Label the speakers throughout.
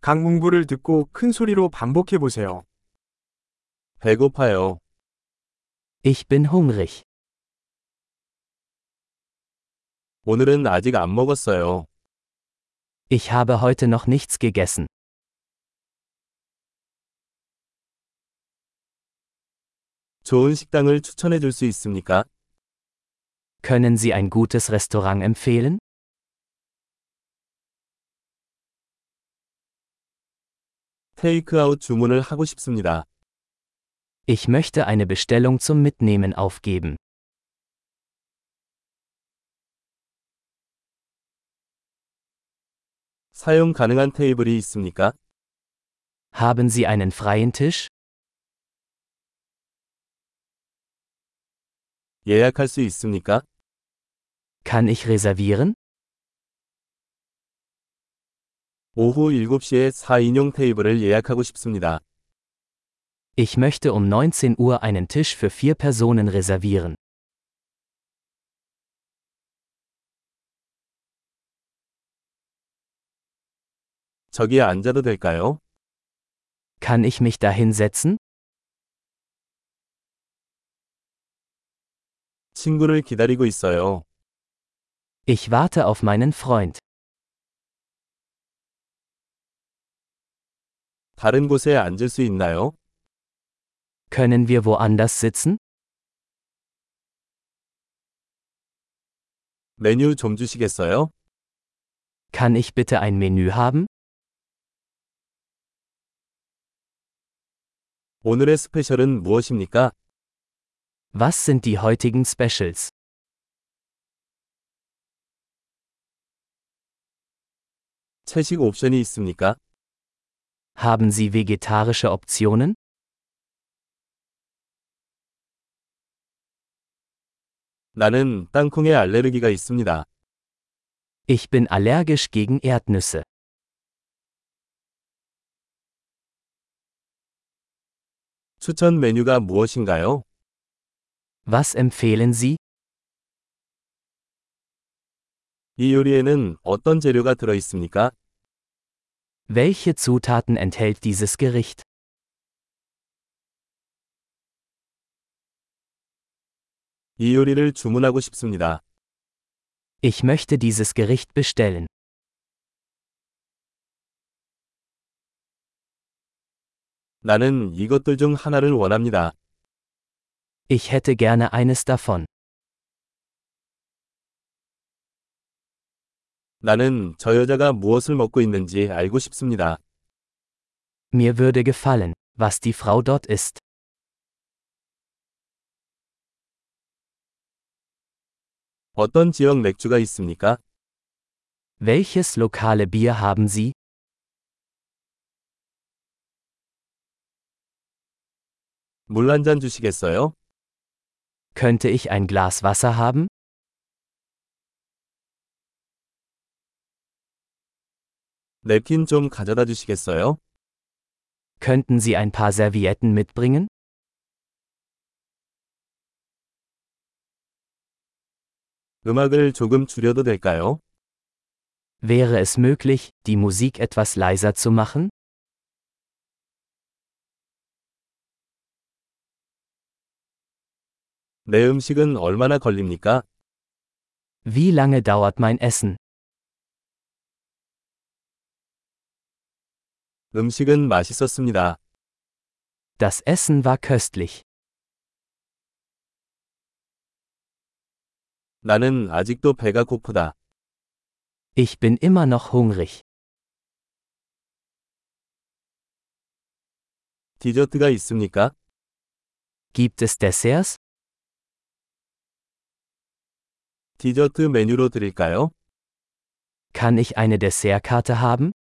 Speaker 1: 각 문구를 듣고 큰 소리로 반복해 보세요.
Speaker 2: 배고파요.
Speaker 3: Ich bin hungrig.
Speaker 2: 오늘은 아직 안 먹었어요.
Speaker 3: Ich habe heute noch nichts gegessen.
Speaker 2: 좋은 식당을 추천해 줄 수 있습니까?
Speaker 3: Können Sie ein gutes Restaurant empfehlen?
Speaker 2: 테이크아웃 주문을 하고 싶습니다.
Speaker 3: Ich möchte eine Bestellung zum Mitnehmen aufgeben.
Speaker 2: 사용 가능한 테이블이 있습니까?
Speaker 3: Haben Sie einen freien Tisch?
Speaker 2: 예약할 수 있습니까?
Speaker 3: Kann ich reservieren?
Speaker 2: 오후 7시에 4인용 테이블을 예약하고 싶습니다.
Speaker 3: Ich möchte um 19 Uhr einen Tisch für vier Personen reservieren.
Speaker 2: 저기 앉아도 될까요?
Speaker 3: Kann ich mich da hinsetzen?
Speaker 2: 친구를 기다리고 있어요.
Speaker 3: Ich warte auf meinen Freund.
Speaker 2: 다른 곳에 앉을 수 있나요?
Speaker 3: Können wir woanders sitzen?
Speaker 2: 메뉴 좀 주시겠어요?
Speaker 3: Kann ich bitte ein Menü haben?
Speaker 2: 오늘의 스페셜은 무엇입니까?
Speaker 3: Was sind die heutigen Specials?
Speaker 2: 채식 옵션이 있습니까?
Speaker 3: Haben Sie vegetarische Optionen?
Speaker 2: 나는 땅콩에 알레르기가 있습니다.
Speaker 3: Ich bin allergisch gegen Erdnüsse.
Speaker 2: 추천 메뉴가 무엇인가요?
Speaker 3: Was empfehlen Sie?
Speaker 2: 이 요리에는 어떤 재료가 들어 있습니까?
Speaker 3: Welche Zutaten enthält dieses Gericht?
Speaker 2: 이 요리를 주문하고 싶습니다.
Speaker 3: Ich möchte dieses Gericht bestellen.
Speaker 2: 나는 이것들 중 하나를 원합니다.
Speaker 3: Ich hätte gerne eines davon.
Speaker 2: 나는 저 여자가 무엇을 먹고 있는지 알고 싶습니다.
Speaker 3: Mir würde gefallen, was die Frau dort isst.
Speaker 2: 어떤 지역 맥주가 있습니까?
Speaker 3: Welches lokale Bier haben Sie?
Speaker 2: 물 한 잔 주시겠어요?
Speaker 3: Könnte ich ein Glas Wasser haben?
Speaker 2: 냅킨 좀 가져다 주시겠어요?
Speaker 3: Könnten Sie ein paar Servietten mitbringen?
Speaker 2: 음악을 조금 줄여도 될까요?
Speaker 3: Wäre es möglich, die Musik etwas leiser zu machen?
Speaker 2: 내 음식은 얼마나 걸립니까?
Speaker 3: Wie lange dauert mein Essen?
Speaker 2: 음식은 맛있었습니다.
Speaker 3: Das Essen war köstlich.
Speaker 2: 나는 아직도 배가 고프다.
Speaker 3: Ich bin immer noch hungrig.
Speaker 2: 디저트가 있습니까?
Speaker 3: Gibt es Desserts?
Speaker 2: 디저트 메뉴로 드릴까요?
Speaker 3: Kann ich eine Dessertkarte haben?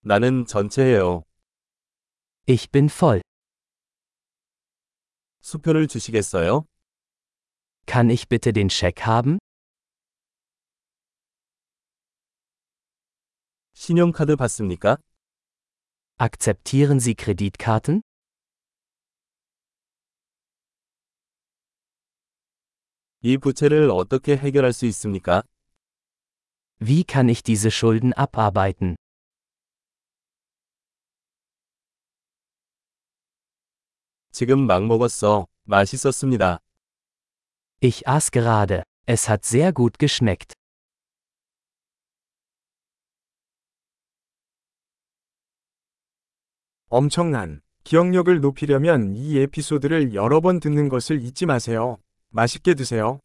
Speaker 2: 나는 전체예요.
Speaker 3: Ich bin voll.
Speaker 2: 수표를 주시겠어요?
Speaker 3: Kann ich bitte den Scheck haben?
Speaker 2: 신용카드 받습니까?
Speaker 3: Akzeptieren Sie Kreditkarten?
Speaker 2: 이 부채를 어떻게 해결할 수 있습니까?
Speaker 3: Wie kann ich diese Schulden abarbeiten?
Speaker 4: 지금 막 먹었어. 맛있었습니다.
Speaker 3: Ich aß gerade. Es hat sehr gut geschmeckt.
Speaker 2: 엄청난 기억력을 높이려면 이 에피소드를 여러 번 듣는 것을 잊지 마세요. 맛있게 드세요.